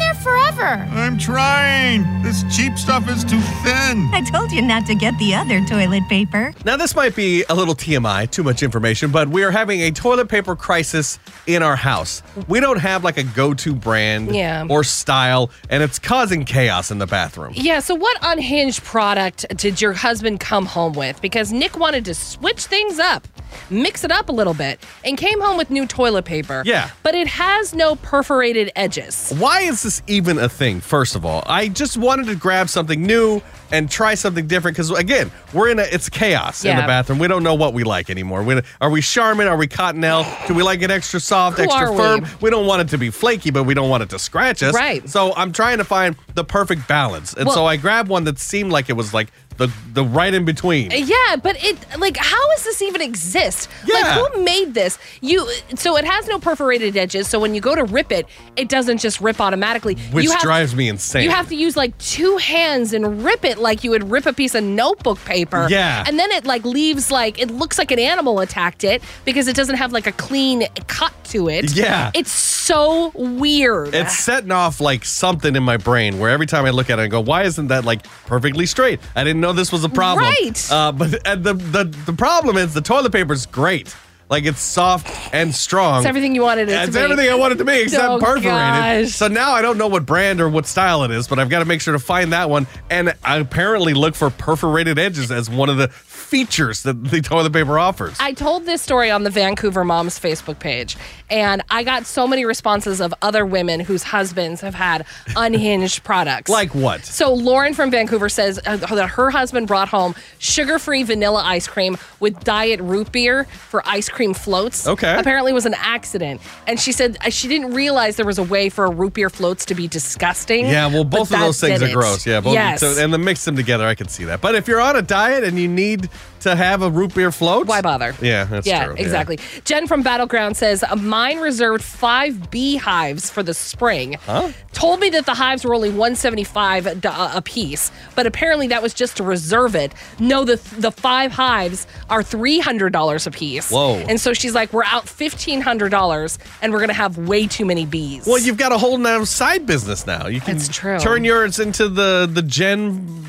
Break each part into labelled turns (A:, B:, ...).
A: there forever.
B: I'm trying. This cheap stuff is too thin.
C: I told you not to get the other toilet paper.
D: Now, this might be a little TMI, too much information, but we are having a toilet paper crisis in our house. We don't have like a go to brand
E: Yeah.
D: or style, and it's causing chaos in the bathroom.
E: Yeah, so what unhinged product did your husband come home with? Because Nick wanted to switch things up, mix it up a little bit, and came home with new toilet paper.
D: Yeah.
E: But it has no perforated edges.
D: Why is this even a thing, first of all? I just wanted to grab something new and try something different because, again, we're in a, it's chaos in the
E: Yeah.
D: bathroom. We don't know what we like anymore. We, are we Charmin? Are we Cottonelle? Do we like it extra soft,
E: Who
D: extra
E: are we?
D: firm? We don't want it to be flaky, but we don't want it to scratch us.
E: Right.
D: So I'm trying to find the perfect balance. And so
E: Well-
D: I grabbed one that seemed like it was like the, the right in between.
E: Yeah, but it like how does this even exist?
D: Yeah.
E: Like who made this? You so it has no perforated edges, so when you go to rip it, it doesn't just rip automatically.
D: Which
E: you have,
D: drives me insane.
E: You have to use like two hands and rip it like you would rip a piece of notebook paper.
D: Yeah.
E: And then it like leaves like it looks like an animal attacked it because it doesn't have like a clean cut to it.
D: Yeah.
E: It's so weird.
D: It's setting off like something in my brain where every time I look at it, I go, "Why isn't that like perfectly straight? I didn't know this was a problem."
E: Right.
D: Uh, but and the, the the problem is the toilet paper's great. Like it's soft and strong.
E: It's everything you wanted it to
D: It's
E: be.
D: everything I wanted to be except
E: Oh,
D: perforated.
E: gosh.
D: So now I don't know what brand or what style it is, but I've got to make sure to find that one. And I apparently look for perforated edges as one of the features that the toilet paper offers.
E: I told this story on the Vancouver Moms Facebook page, and I got so many responses of other women whose husbands have had unhinged products.
D: like what?
E: So Lauren from Vancouver says uh, that her husband brought home sugar-free vanilla ice cream with diet root beer for ice cream floats.
D: Okay.
E: Apparently it was an accident. And she said uh, she didn't realize there was a way for root beer floats to be disgusting.
D: Yeah, well,
E: but
D: both of
E: that
D: those things
E: did
D: are
E: it.
D: gross. Yeah, both
E: yes.
D: so- and then mix them together, I can see that. But if you're on a diet and you need to have a root beer float,
E: Why bother?
D: Yeah, that's
E: yeah,
D: true.
E: exactly. Jen from Battleground says "Uh, mine reserved five beehives for the spring. Huh? Told me that the hives were only 175 d- uh, a piece, but apparently that was just to reserve it. No, the the five hives are $300 a piece.
D: Whoa.
E: And so she's like, we're out $1,500 and we're going to have way too many bees.
D: Well, you've got a whole now side business now. You can
E: That's true.
D: turn yours into the the Gen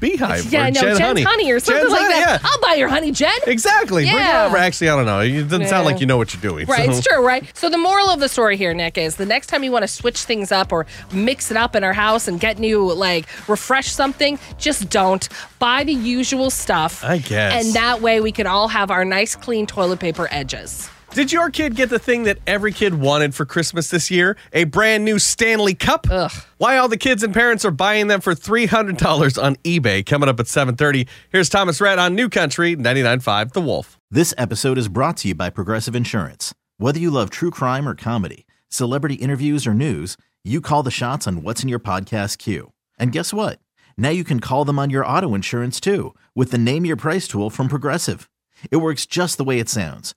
D: beehive.
E: yeah,
D: or
E: no,
D: Gen
E: Jen's honey. or
D: Jen's
E: something like
D: honey,
E: that.
D: Yeah.
E: I'll buy your honey, Jen.
D: Exactly. Bring it
E: Yeah.
D: over. Actually, I don't know. It doesn't sound
E: Yeah.
D: like you know what you're doing.
E: Right,
D: so-
E: it's true, right? So the moral of the story here, Nick, is the next time you want to switch things up or mix it up in our house and get new, like refresh something, just don't buy the usual stuff.
D: I guess.
E: and that way we can all have our nice, clean toilet paper edges.
D: Did your kid get the thing that every kid wanted for Christmas this year? A brand new Stanley Cup? Ugh. Why all the kids and parents are buying them for $300 on eBay coming up at 7:30. Here's Thomas Rhett on New Country 99.5 The Wolf.
F: This episode is brought to you by Progressive Insurance. Whether you love true crime or comedy, celebrity interviews or news, you call the shots on what's in your podcast queue. And guess what? Now you can call them on your auto insurance too with the Name Your Price tool from Progressive. It works just the way it sounds.